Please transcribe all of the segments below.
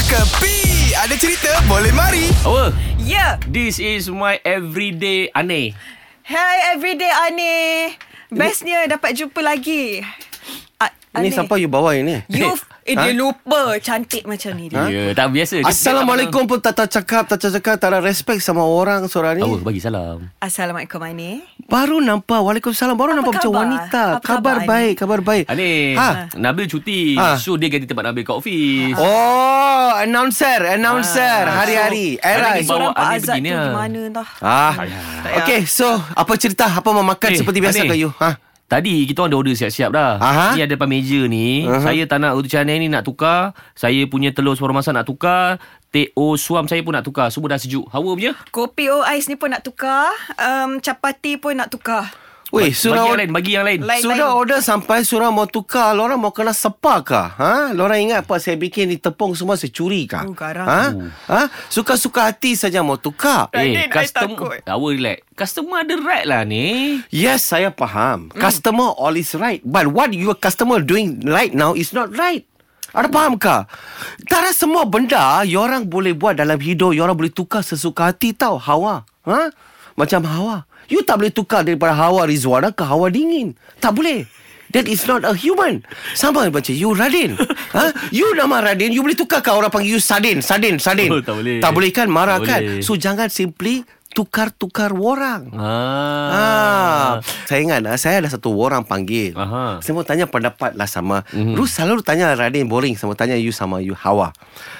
Kepi Ada cerita boleh mari Apa? Ya. Yeah. This is my everyday aneh. Hai everyday Ani. Bestnya dapat jumpa lagi. A- Ani. Ini siapa you bawa ini? You eh, dia Ha? lupa cantik macam ni Ha? Ya, dia. tak biasa. Dia- Assalamualaikum pun tak tak cakap, tak cakap, tak ada respect sama orang seorang ni. Tahu, bagi salam. Assalamualaikum Ani. Baru nampak, Waalaikumsalam, baru Apa nampak macam khabar? wanita. Apa Kabar khabar, baik, kabar baik. Ani, Ha. ha. Nabil cuti. Ha. Ha. So, dia ganti tempat Nabil kat office. Oh, announcer, announcer Ah, hari-hari. so- Hari Era. ni bawa Seorang Pak Ani Azad begini tu lah. di mana entah. Ah. Ayah. Okay, so apa cerita? Apa memakan Eh, kan seperti biasa Ani. ke you? Ha. Tadi kita orang dah order siap-siap dah. Aha. Ni ada depan meja ni. Aha. Uh-huh. Saya tak nak utusan ni nak tukar. Saya punya telur suara masak nak tukar. Teh O suam saya pun nak tukar. Semua dah sejuk. Hawa punya? Kopi O ais ni pun nak tukar. Um, capati pun nak tukar. Weh, bagi surau yang lain, bagi yang lain. Lain. Sudah order sampai surau mau tukar Lorang mau kena sepa kah? Ha? Lorang ingat apa saya bikin ni tepung semua saya curi kah? Oh, garang. ha? ha? Suka-suka hati saja mau tukar Eh, Radin, I custom, takut. Hawa relax. Customer ada right lah ni. Yes, saya Hmm. faham. Customer all is right. But what your customer doing right now is not right. Ada faham kah? Tak ada semua benda orang boleh buat dalam hidup, orang boleh tukar sesuka hati tau. Hawa. Ha? Macam hawa. You tak boleh tukar daripada hawa Rizwana ke hawa dingin. Tak boleh. That is not a human. Sama macam you Radin. ha? You nama Radin, you boleh tukar ke orang panggil you Sadin, Sadin, Sadin. Oh, tak boleh. Tak boleh kan marah Tak kan? boleh. So jangan simply tukar-tukar orang. Ah. Ah. Saya ingat ah, saya ada satu orang panggil. Aha. Mhm. Semua tanya pendapat lah sama. Mm-hmm. Rus selalu tanya Radin boring sama tanya you sama you Hawa.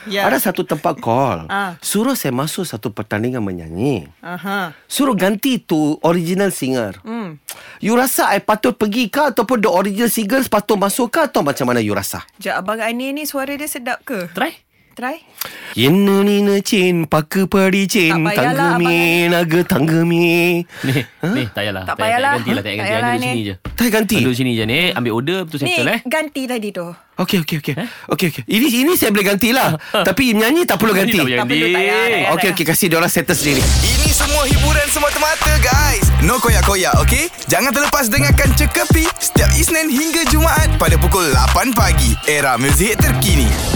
Ya. Ada satu tempat call. Ah. Suruh saya masuk satu pertandingan menyanyi. Aha. Suruh ganti tu original singer. Hmm. You rasa I patut pergi ke ataupun the original singer patut masuk ke atau macam mana you rasa? Sekejap abang Ani ni suara dia sedap ke? Try. Try. என்ன நினைச்சேன் பக்கு படிச்சேன் Tak payahlah, தங்கமே நகு தங்கமே Ni, ni tak payahlah. Tak payahlah. Tak, tak gantilah, tak Tak ganti. payahlah Hanya di ni. sini je. Tak ganti Duduk sini je ni. Ambil order, lepas tu Ni settle eh. ganti tadi tu. Okey okey okey. Okey okey. Ini ini saya boleh gantilah. Tapi menyanyi tak perlu ganti. Tak payah Tak perlu, ganti. tak payah. Okey okey kasih dia orang settle sendiri. Ini semua hiburan semata-mata guys No koyak-koyak ok Jangan terlepas dengarkan Cekapi Setiap Isnin hingga Jumaat Pada pukul 8 pagi Era muzik terkini